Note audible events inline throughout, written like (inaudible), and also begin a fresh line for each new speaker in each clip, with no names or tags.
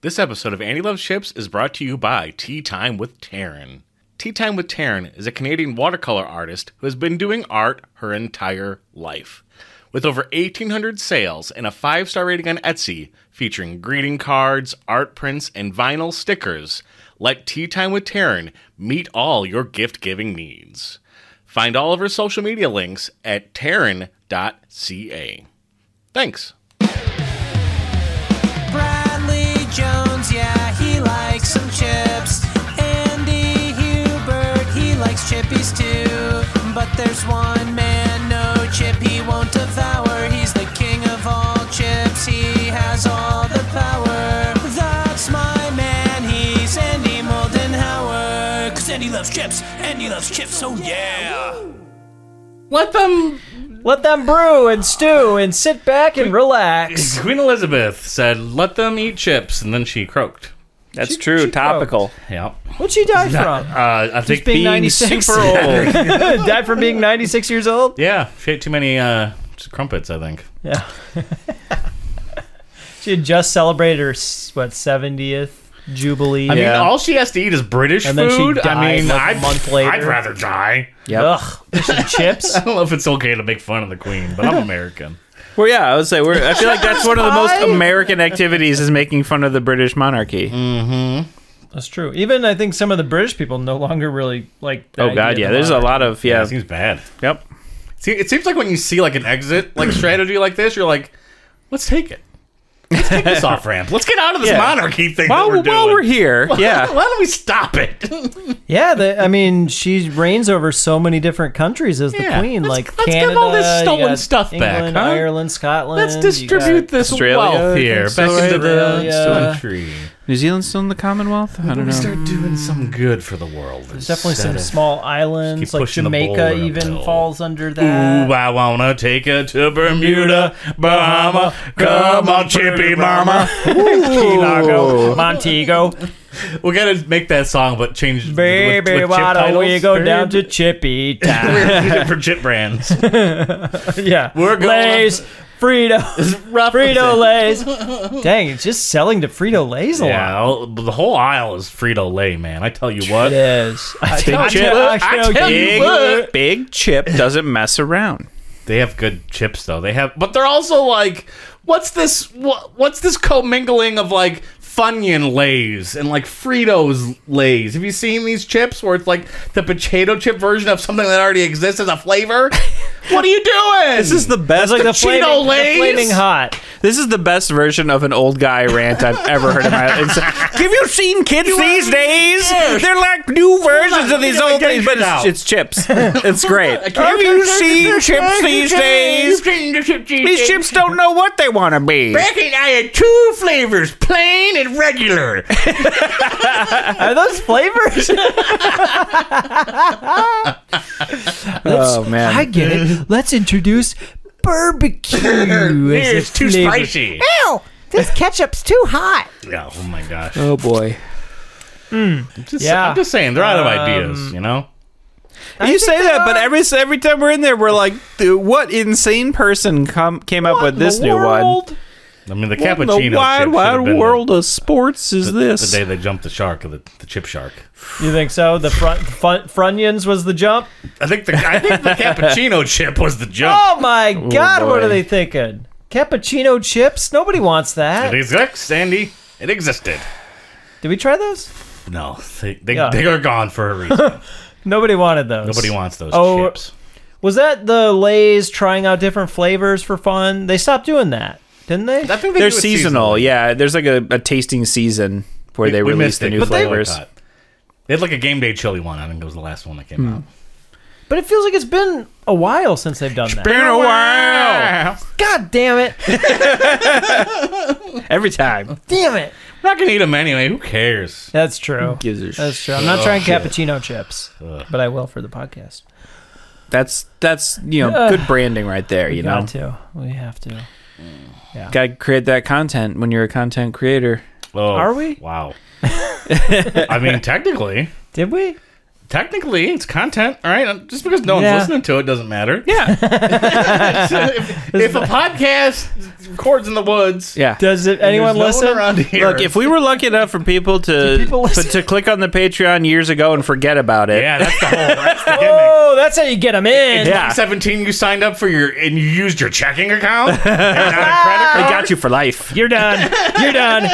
This episode of Andy Loves Ships is brought to you by Tea Time with Taryn. Tea Time with Taryn is a Canadian watercolor artist who has been doing art her entire life. With over 1,800 sales and a five star rating on Etsy, featuring greeting cards, art prints, and vinyl stickers, let Tea Time with Taryn meet all your gift giving needs. Find all of her social media links at taryn.ca. Thanks.
Bradley Jones, yeah, he likes some chips. Andy Hubert, he likes chippies too. But there's one man, no chip he won't devour. He's the king of all chips, he has all the power. That's my man, he's Andy Moldenhauer. Cause Andy loves chips, Andy loves chips, oh yeah.
Let them.
Let them brew and stew and sit back and relax.
Queen Elizabeth said, "Let them eat chips," and then she croaked.
That's
She-
true.
she
topical.
Yeah,
What'd she die
uh,
(laughs) from?
I think
being
being,
96.
super old.
died from being 96 years old?
yeah, she ate too many uh, crumpets. I think.
Yeah. (laughs) she had just celebrated her, s- what, 70th Jubilee?
I mean,
Yeah.
all she has to eat is British
And then she
food. I
died,
mean,
like, a
I'd,
month later.
I'd rather die.
Yep.
Ugh. Some chips? (laughs)
I don't know if it's okay to make fun of the Queen, but I'm American.
Well, yeah, I would say we're. I feel like that's one of the most American activities is making fun of the British monarchy.
That's true. Even I think some of the British people no longer really like. the
Oh
idea of
God,
the
yeah. There's a
monarch.
lot of
Yeah,
yeah.
it seems bad.
Yep.
See, it seems like when you see like an exit like strategy like this, you're like, let's take it. Let's take this off ramp. Let's get out of this
Yeah.
monarchy thing.
While
that we're
we're, while
doing.
we're here, yeah.
Why don't we stop it?
Yeah, the, I mean, she reigns over so many different countries as the
Yeah,
queen.
let's-
like
let's
Canada,
give all this
you
stolen
got
stuff back,
England,
huh?
Ireland, Scotland.
Let's
you
distribute
got-
this
Australia,
wealth here back into the
Australia.
country.
New Zealand's still in the Commonwealth. I don't
We
know.
start doing some good for the world.
There's definitely some small islands,
keep
like
pushing the boulder
Jamaica, even
uphill.
falls under
Ooh,
that.
I wanna take her to Bermuda, Bahama. Come on, chippy mama. Key Largo.
Montego,
We gotta make that song, but change
baby,
with, with
why
chip
don't we
titles.
go
Baby. (laughs)
down to Chippy Town?
We're using for chip
(laughs)
brands.
yeah,
We're going-
Lay's,
(laughs)
Frito, Frito Lay's. Dang, it's just selling to Frito Lay's a lot.
Yeah, well, the whole aisle is Frito Lay, man. I tell you what.
It is. I
Big
tell-
chip.
I tell you
big,
what.
big chip doesn't mess around.
They have good chips though. They have, but they're also like, what's this? What, what's this commingling of like Funyun Lays and like Fritos Lays? Have you seen these chips where it's like the potato chip version of something that already exists as a
(laughs)
flavor? what are you doing?
This is the
It's
best.
like the
Cheeto
flaming, the
Lays?
flaming hot.
This is the best version of an old guy rant I've ever heard in my life. It's like, Have you seen kids these days? They're like new versions of these
Get
old
the
things, but it's,
out.
it's chips. It's great. Have you seen chips these days? These chips don't know what they want to be.
Reckon I had two flavors, plain and
(laughs)
regular.
Are
(laughs)
those flavors?
Oh man,
I get it. Let's introduce
(laughs)
barbecue. as a
It's too
flavor.
spicy.
Ew, this ketchup's too hot.
Yeah, oh my gosh.
oh boy.
Just-
yeah.
I'm just saying, they're out of
Um,
ideas, you know?
you say that, but every every time we're in there, we're like, "Dude, what insane person come, came up with this new one?
I mean, the
What in
cappuccino.
the wide,
chip should have
wide
been
world of sports is
the,
this?
the day they jumped the shark, the, the chip shark.
you think so? The front fun, Frunions was the jump.
I think the I think the (laughs) cappuccino chip was the jump.
Oh my God! What
boy.
are they thinking? Cappuccino chips? Nobody wants
It
that.
exists, Sandy. It existed.
Did we try those?
No, they they,
Yeah.
they are gone for a reason.
Nobody wanted
(laughs)
those.
Nobody wants those
Oh,
chips.
Was that the Lay's trying out different flavors for fun? They stopped doing that, didn't they?
I think they
They're
do it
seasonal.
seasonally.
Yeah, there's like a, a tasting season where they
we
release
missed
the
it,
new
but
flavors.
They, they had like a game day chili one. I think it was the last one that
Hmm.
came out.
but it feels like it's been a while since they've done that.
Been a while.
God damn it! (laughs)
Every time.
damn it!
We're not gonna eat them anyway. Who cares?
That's true.
Gives a
That's
sh-
true. I'm not trying cappuccino chips, but I will for the podcast.
That's that's you know good branding right there. You know,
Got to. We have to.
got to create that content when you're a content creator.
Oh,
(laughs)
Are we?
Wow. I mean, technically,
Did we?
Technically, it's content. All right, Um, just because no one's
Yeah.
listening to it doesn't matter.
(laughs) Yeah.
(laughs) if, if a podcast records in the woods,
(laughs)
Yeah.
Does it,
there's
anyone
no one
listen?
around here.
Look, if we were lucky enough for people to
Do people
but
listen?
to click on the Patreon years ago and forget about
(laughs)
it,
yeah, that's the whole. That's
(laughs)
the gimmick.
oh, that's how you get them in.
Yeah.
2017, you signed up for your and you used your checking
(laughs)
account and not a credit
they
card.
got you for life.
You're
(laughs)
done. You're done.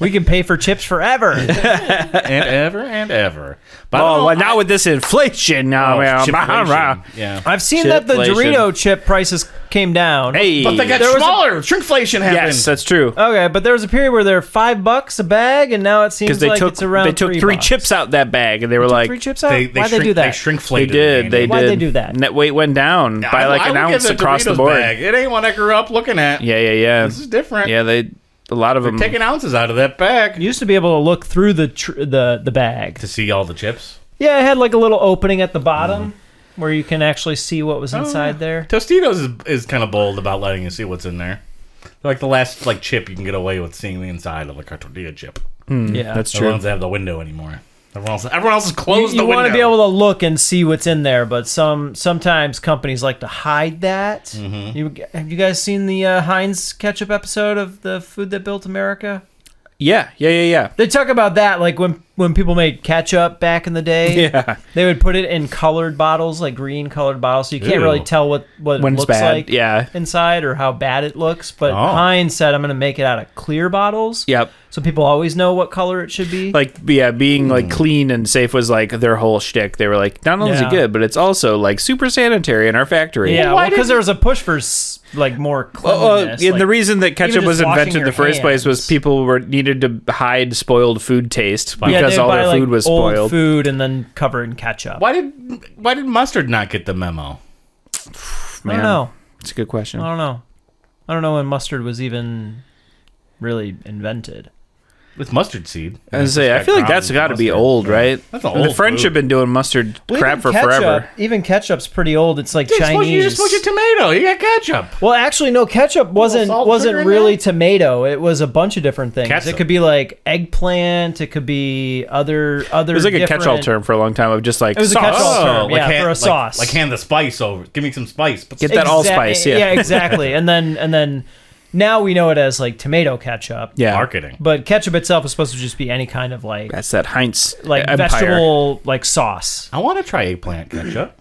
We can pay for chips forever.
and ever and ever. But I Oh, don't
Oh,
know,
well, now with this inflation, now
I-
man,
chipflation.
rah.
yeah.
I've seen that the
Chipflation.
Dorito chip prices came down.
(laughs) Hey,
But they got
There was a-
smaller. Shrinkflation happened.
yes, that's true.
Okay, but there was a period where they're five bucks a bag, and now it seems
Because they
like
took
it's around
they took
three,
three,
bucks.
chips out that bag, and they were like,
Three chips out.
they, they
Why
shrink,
they do that?
They shrinkflated.
they
it,
did, they
Andy.
Why'd
did.
they do that?
Net weight went down by
I-
like
I
an
would give
ounce
it a
across the
Doritos
board.
bag. It ain't one I grew up looking at.
Yeah, yeah, yeah.
This is different.
yeah, they a lot of them.
Taking ounces out of that bag
You used to be able to look through the tr- the the bag.
to see all the chips.
Yeah, it had like a little opening at the bottom where you can actually see what was inside
Mm.
there.
Tostitos is, is kind of bold about letting you see what's in there. They're like the last like chip you can get away with seeing the inside of like a tortilla chip.
yeah,
Mm, That's
Everyone
true.
doesn't have the window anymore. Everyone else, everyone else has
You,
closed the
want
window.
to be able to look and see what's in there, but some sometimes companies like to hide that.
Mm-hmm.
You have you guys seen the uh, Heinz ketchup episode of the Food That Built America?
Yeah, yeah, yeah, yeah.
They talk about that like when when people made ketchup back in the day.
(laughs) Yeah.
They would put it in colored bottles, like green colored bottles, so you can't
Ew.
really tell what what
When
it
it's
looks
bad,
like
yeah.
inside or how bad it looks. But
Oh.
Heinz said, "I'm going to make it out of clear bottles."
Yep.
So people always know what color it should be.
Like yeah, being
Hmm.
like clean and safe was like their whole shtick. They were like, not only is it
Yeah.
good, but it's also like super sanitary in our factory.
yeah,
why
because
didn't-
there was a push for s- like more
Well, well,
cleanliness.
Uh, and the
like-
reason that ketchup
just
was
washing
invented in
your
the first place was
hands.
people were needed to hide spoiled food taste
Yeah,
because
they would
all
buy,
their
like,
food was
old
spoiled.
food and then cover it in ketchup.
Why did why did mustard not get the memo?
I don't know.
It's a good question.
I don't know. I don't know when mustard was even really invented.
With mustard seed.
I was gonna say, I feel like that's got to be old, right?
That's an
I mean, the
old
French
food.
have been doing mustard
Well,
crap
even
for
ketchup-
forever.
Even ketchup's pretty old. It's like
Dude, it's supposed-
Chinese.
you just put your tomato. You got ketchup.
Well, actually, no. Ketchup wasn't
salt, sugar
wasn't
in
really
there?
tomato. It was a bunch of different things.
Catsup.
It could be like eggplant. It could be other other.
It was like a catch-all
different-
term for a long time of just like
It was a
sauce.
catch-all term.
Oh. like
yeah,
hand-
for a
like-
sauce.
Like, hand the spice over. Give me some spice. But
Get that
Exact-
allspice, yeah.
yeah, exactly. and then and then now we know it as like tomato ketchup.
Yeah,
marketing.
But ketchup itself is supposed to just be any kind of like
That's that Heinz
like
empire.
vegetable like sauce.
I want to try eggplant ketchup.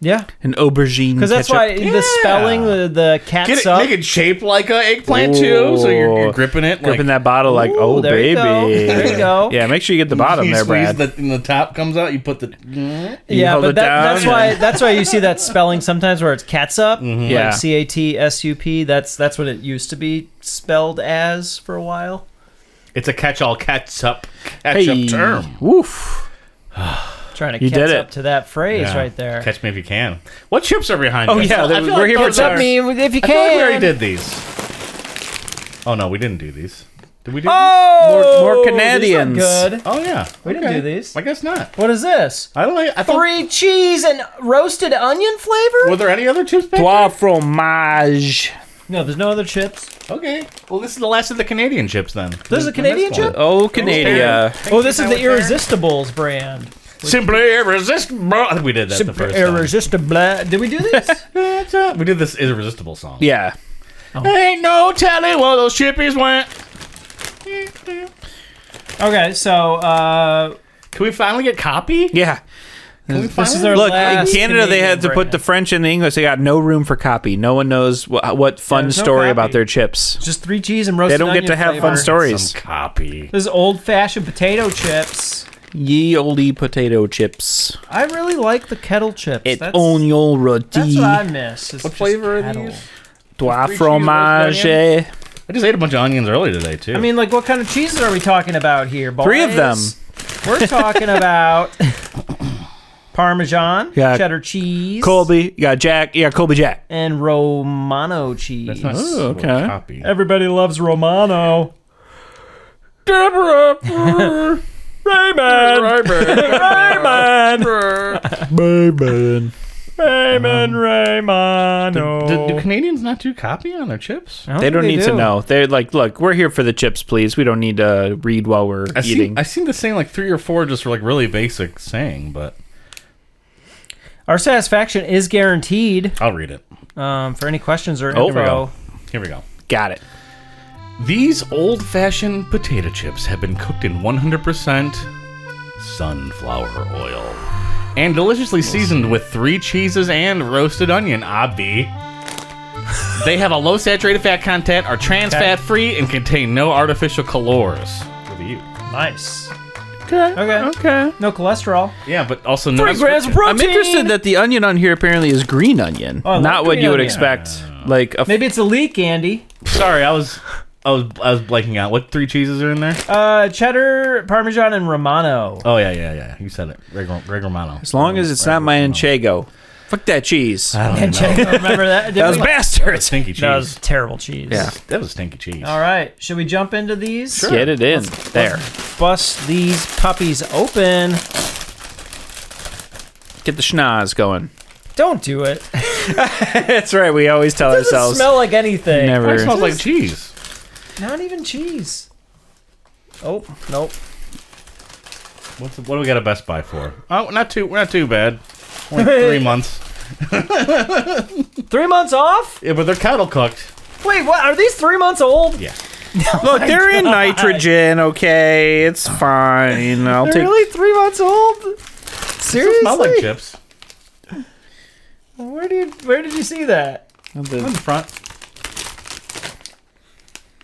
Yeah.
an aubergine.
Because that's why
ketchup.
the spelling, the, the
Get it,
catsup.
make it shaped like a eggplant too, so you're, you're
Ooh.
gripping it. like,
gripping that bottle like
Ooh,
oh
there
baby.
you go. There you go.
Yeah, make sure you get the
(laughs)
bottom
you
there,
squeeze
Brad.
The, and the top comes out. You put the.
You
yeah,
hold it
but that,
down
that's
and- Mm-hmm.
why that's why you see that spelling sometimes where it's catsup,
Yeah.
like C A T S U P. That's that's what it used to be spelled as for a while.
It's a catch-all catsup ketchup term.
Woof.
Trying to
You
catch
did
up
it.
to that phrase
Yeah.
right there.
Catch me if you can. What chips are behind?
Oh
us?
yeah,
I
there-
feel
we're
like
here for
those are-
supper.
if you
I feel like we already did these. Oh no, we didn't do these. Did we do? Oh,
Oh,
More- more
these are
Canadians.
Good.
these? oh yeah, we
didn't do these.
I guess not.
What is this?
I don't. Like, I thought.
Three cheese and roasted onion flavor?
Were there any other chips? Back
Trois fromage.
No, there's no other chips.
there? Okay. Well, this is the last of the Canadian chips then.
This is a Canadian chip?
Oh, Canada.
Oh, this is the
there.
Irresistibles brand.
Simply irresistible. I think we did that the first time.
Irresistible. Did we
(laughs)
do this?
That's a- we did this irresistible song.
Yeah.
Ain't no telling where those chippies went.
okay, so uh,
Can we finally get copy?
Yeah.
Can we
this is
finally-
our
Look,
last
in Canada, they had to
Canadian
put the
brand.
French and the English. They got no room for copy. No one knows what, what fun
There's no
story
copy.
about their chips.
just three cheese and roasted.
They don't get
onion
to have
flavor.
fun stories.
some copy.
This is old-fashioned potato chips.
Ye olde potato chips.
I really like the kettle chips.
It's
that's,
onion
That's
roti.
what I miss. What
flavor are these?
Trois
Three cheese, roasted
fromage.
onion? I just ate a bunch of onions earlier today too.
I mean, like, what kind of cheeses are we talking about here, boys?
Three of them.
We're talking about Parmesan,
Yeah.
cheddar cheese,
Colby. You got Jack. Yeah, Colby Jack.
and Romano cheese.
Oh, okay.
Copy. (laughs)
Everybody loves Romano.
Deborah. Raymond.
Raymond. (laughs)
Raymond.
Raymond Raymano.
Do, do Canadians not do copy on their chips?
They don't need to know. They're like, look, we're here for the chips, please. We don't need to read while we're
I see.
eating.
I seen the saying like three or four just were like really basic saying, but
Our satisfaction is guaranteed.
I'll read it.
Um, for any questions or
Oh,
info,
go. Here we go.
Got it.
These old fashioned potato chips have been cooked in 100% sunflower oil and deliciously seasoned with three cheeses and roasted onion, obvi. They have a low saturated fat content, are trans fat free, and contain no artificial calors. Over you.
nice.
Okay.
Okay.
Okay.
No cholesterol.
Yeah, but also no.
I'm interested that the onion on here apparently is green onion,
Oh, I like
not what
green
you would
onion.
expect. Like a f-
Maybe it's a leak, Andy.
Sorry, I was, I was, I was blanking out. What three cheeses are in there?
Uh, cheddar, parmesan, and
(laughs)
Romano.
Oh yeah, yeah, yeah. You said it, Greg, Greg Romano.
as long as it's not my manchego. Fuck that cheese.
And cheddar, remember that?
Those
Didn't we-
bastards.
stinky cheese.
that was terrible cheese.
Yeah.
That was stinky cheese.
All right. Should we jump into these?
Get it in there.
Bust these puppies open.
Get the schnoz going. (laughs)
Don't do it. It
That's right. We always tell
doesn't
ourselves
smell like anything.
never.
It smells like cheese.
Not even cheese. Oh, nope.
What's the, what do we got a Best Buy for? Oh, not too, we're not too bad. (laughs) Only
Eh.
three months.
Three months off?
Yeah, but they're kettle cooked.
Wait, what? Are these three months old?
Yeah.
Look, they're
(laughs)
in nitrogen. Okay, it's fine. I'll
They're
take.
really three months old? Seriously?
Smell like chips.
Where did where did you see that?
In the front.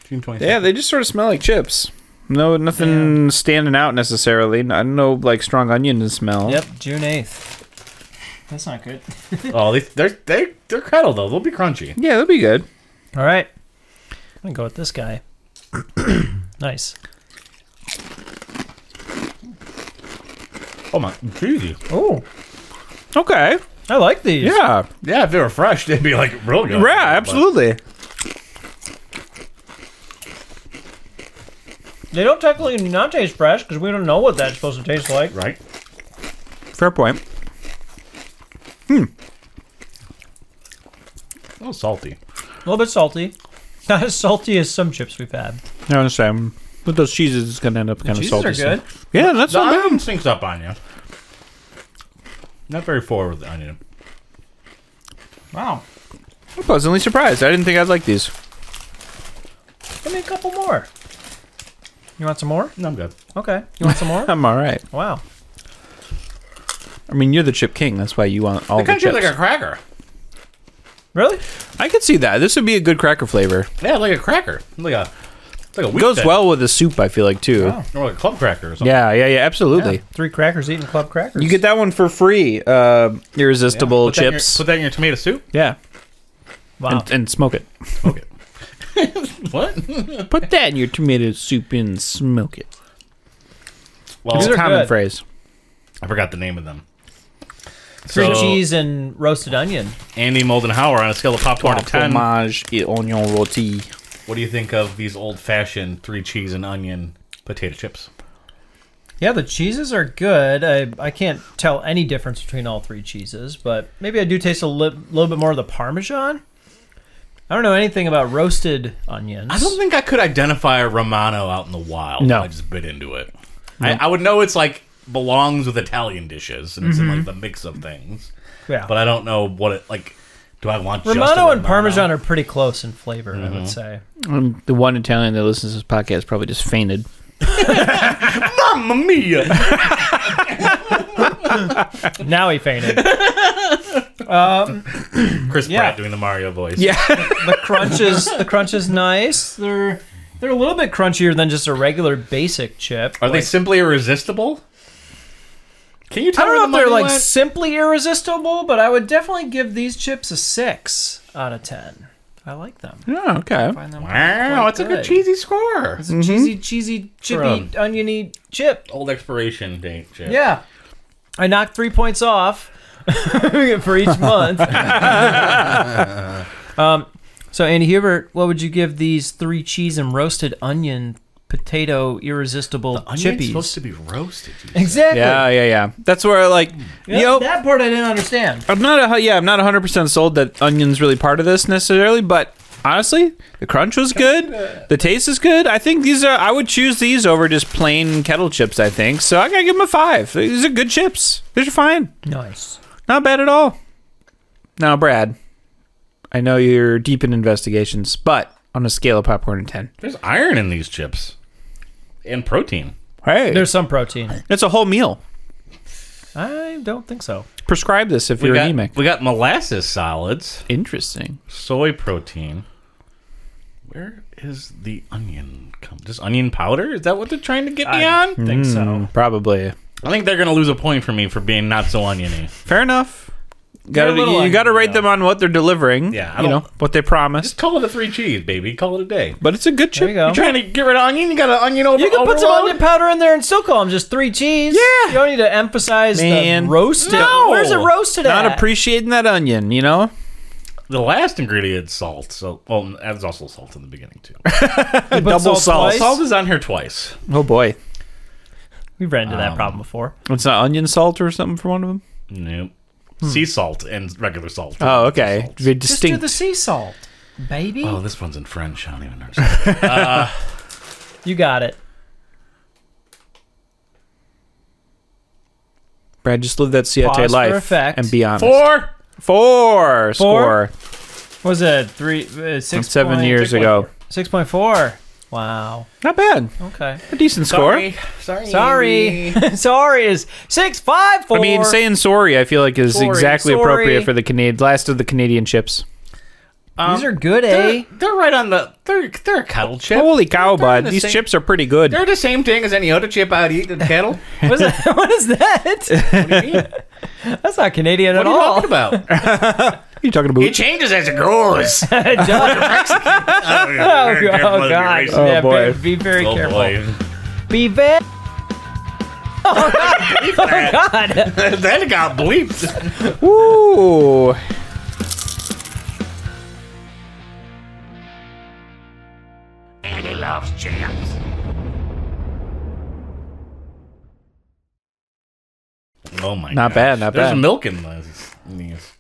June 20th.
Yeah, they just sort of smell like chips. No, nothing standing out necessarily. I don't know, like strong onion to smell.
Yep, June eighth. That's not good.
Oh, they, they're they, they're kettle though. They'll be crunchy.
Yeah, that'd be good.
All right, I'm gonna go with this guy. (coughs) nice.
Oh my, cheesy.
Oh,
Okay.
I like these.
Yeah.
Yeah, if they were fresh, they'd be like real good.
Yeah. Absolutely.
They don't technically not taste fresh because we don't know what that's supposed to taste like.
But- right.
Fair point.
A little salty.
A little bit salty. Not as salty as some chips we've had.
I understand. With those cheeses, it's gonna end up kind of
Cheeses
salty.
are good.
so- Yeah, that's
The
not bad.
onion sinks up on you. Not very forward with the onion.
Wow.
I'm pleasantly surprised. I didn't think I'd like these.
Give me a couple more. You want some more?
No, I'm good.
Okay. You want some more?
I'm all right.
(laughs) wow.
I mean, you're the chip king. That's why you want all
They
the
kind of
chips.
like a cracker.
Really?
I could see that. This would be a good cracker flavor.
Yeah, like a cracker. Like a like a wheat Oh.
Goes
thin.
well with the soup. I feel like too.
or like a club cracker or something.
Yeah, yeah, yeah. Absolutely.
Three crackers eating club crackers.
You get that one for free. Uh, irresistible
Put that in your-
chips.
put that in your tomato soup.
yeah,
wow.
and, and smoke it.
Okay. what? (laughs)
Put that in your tomato soup and smoke it.
Well,
It's
These
a
are
common
good.
phrase.
I forgot the name of them.
Three
So,
cheese and roasted onion.
Andy Moldenhauer on a scale of popcorn to ten.
Fromage et oignon roti.
What do you think of these old-fashioned three cheese and onion potato chips?
Yeah, the cheeses are good. I, I can't tell any difference between all three cheeses, but maybe I do taste a li- little bit more of the Parmesan. I don't know anything about roasted onions.
I don't think I could identify a Romano out in the wild.
No.
I just bit into it. I, I would know it's like belongs with Italian dishes and it's in like the mix of things,
yeah.
but I don't know what it like. Do I want just a
Romano and Parmesan are pretty close in flavor, I
Mm-hmm.
would say.
Um, the one Italian that listens to this podcast probably just fainted.
Ah, Mamma (laughs) mia!
Now he fainted.
Chris
Yeah.
Pratt doing the Mario voice.
Yeah.
the crunch is the crunch is nice. They're they're a little bit crunchier than just a regular basic chip.
Are they simply irresistible? Can you
I
tell?
don't know
where
if
the
they're
money
like
went?
simply irresistible, but I would definitely give these chips a six out of ten. I like them.
oh, okay.
Find them
Wow,
quite
it's a good
good.
cheesy score.
It's a cheesy, cheesy, chippy,
From-
oniony chip.
Old expiration date, Jim.
Yeah, I knocked three points off (laughs) for
(laughs)
each month. um, so Andy Hubert, what would you give these three cheese and roasted onion potato irresistible
Onion's
chippies.
supposed to be roasted. you said.
exactly.
Yeah, yeah, yeah. That's where like,
Yeah,
yo,
That part I didn't understand.
I'm not a yeah, I'm not 100 percent sold that onion's really part of this necessarily, but honestly, the crunch was good, the taste is good. I think these are I would choose these over just plain kettle chips. I think so. I gotta give them a five. These are good chips. These are fine,
Nice.
not bad at all. Now, Brad, I know you're deep in investigations, but on a scale of popcorn to ten,
There's iron in these chips and protein.
hey,
There's some protein.
it's a whole meal.
I don't think so.
Prescribe this if you're
we got,
anemic.
We got molasses solids,
Interesting.
soy protein. Where is the onion? Come, just onion powder? Is that what they're trying to get me
I
on?
think so.
Probably.
I think they're gonna lose a point for me for being not so oniony.
Fair enough.
a
Got
little
to you got to
angry,
rate them on what they're delivering.
Yeah, I
you
don't-
know what they promised.
Just call it a three cheese, baby. Call it a day.
But it's a good
There
chip.
you go.
You're trying to get rid of onion. You got an onion over.
You can put some
overload?
onion powder in there and still call them just three cheese.
Yeah.
You don't need to emphasize
Man.
the roasted.
No.
Where's the roasted
Not
at?
appreciating that onion, you know.
The last ingredient is salt. So, well, that was also salt in the beginning too.
You put
double salt.
twice?
salt is on here twice.
Oh boy,
We've ran into that problem before.
it's not onion salt or something for one of them.
Nope. Sea salt and regular salt.
Oh, okay. Very distinct.
Just do the sea salt, baby.
Oh, this one's in French. I don't even (laughs) understand.
You got it.
Brad, just live that Ciate
Pause for
life
effect.
and be honest.
Four.
Four?
Four score
What was it three uh, six
seven
point-
years ago.
Six point four. Wow.
Not bad.
Okay.
A decent score.
Sorry.
Sorry. (laughs) sorry is six five four.
I mean, saying sorry, I feel like is
Sorry,
exactly
sorry.
appropriate for the Canadian last of the Canadian chips.
Um,
these are good,
They're,
eh?
they're right on the. They're they're a kettle chip.
Holy cow,
They're
bud!
the
These
same-
chips are pretty good.
They're the same thing as any other chip I'd eat in kettle.
What is that? (laughs) What is that?
(laughs) What do you mean?
That's not Canadian
What (laughs)
at
are you
all.
talking about?
you talking about?
Oh. It changes as it goes. (laughs)
(laughs) It does. oh, oh, God.
Oh,
yeah,
boy.
Be, be very
Oh,
careful.
boy. (laughs)
Be very. Oh God!
that got bleeped.
Ooh.
Andy loves chips. Oh my
Not
gosh.
bad, not
There's
bad.
milk in this. in these.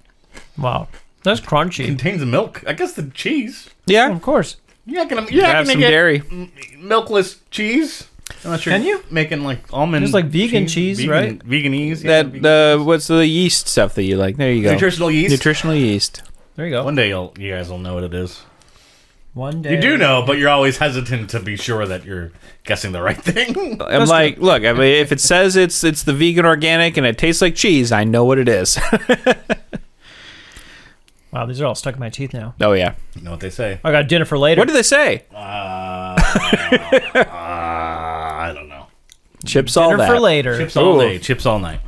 Wow, that's crunchy.
Contains milk. I guess the cheese.
Yeah.
Of course.
You're not gonna. You're not
Have
gonna
some
get
dairy.
m- milkless cheese. Unless you're
Can you?
making like almond?
There's, like, vegan cheese,
vegan,
right?
Veganese. yeah,
That
vegan-
the what's the yeast stuff that you like? There you go.
nutritional yeast.
Nutritional yeast.
There you go.
One day you'll, you guys will know what it is.
One day.
You do know, but you're always hesitant to be sure that you're guessing the right (laughs) thing.
I'm like, look, I mean, if it says it's it's the vegan organic and it tastes like cheese, I know what it is. (laughs)
Wow, these are all stuck in my teeth now.
oh yeah.
you know what they say?
I got dinner for later.
What do they say?
Uh, I don't know.
Chips all
dinner
that.
Ah,
for later.
Chips all
Ooh.
day. Chips all night.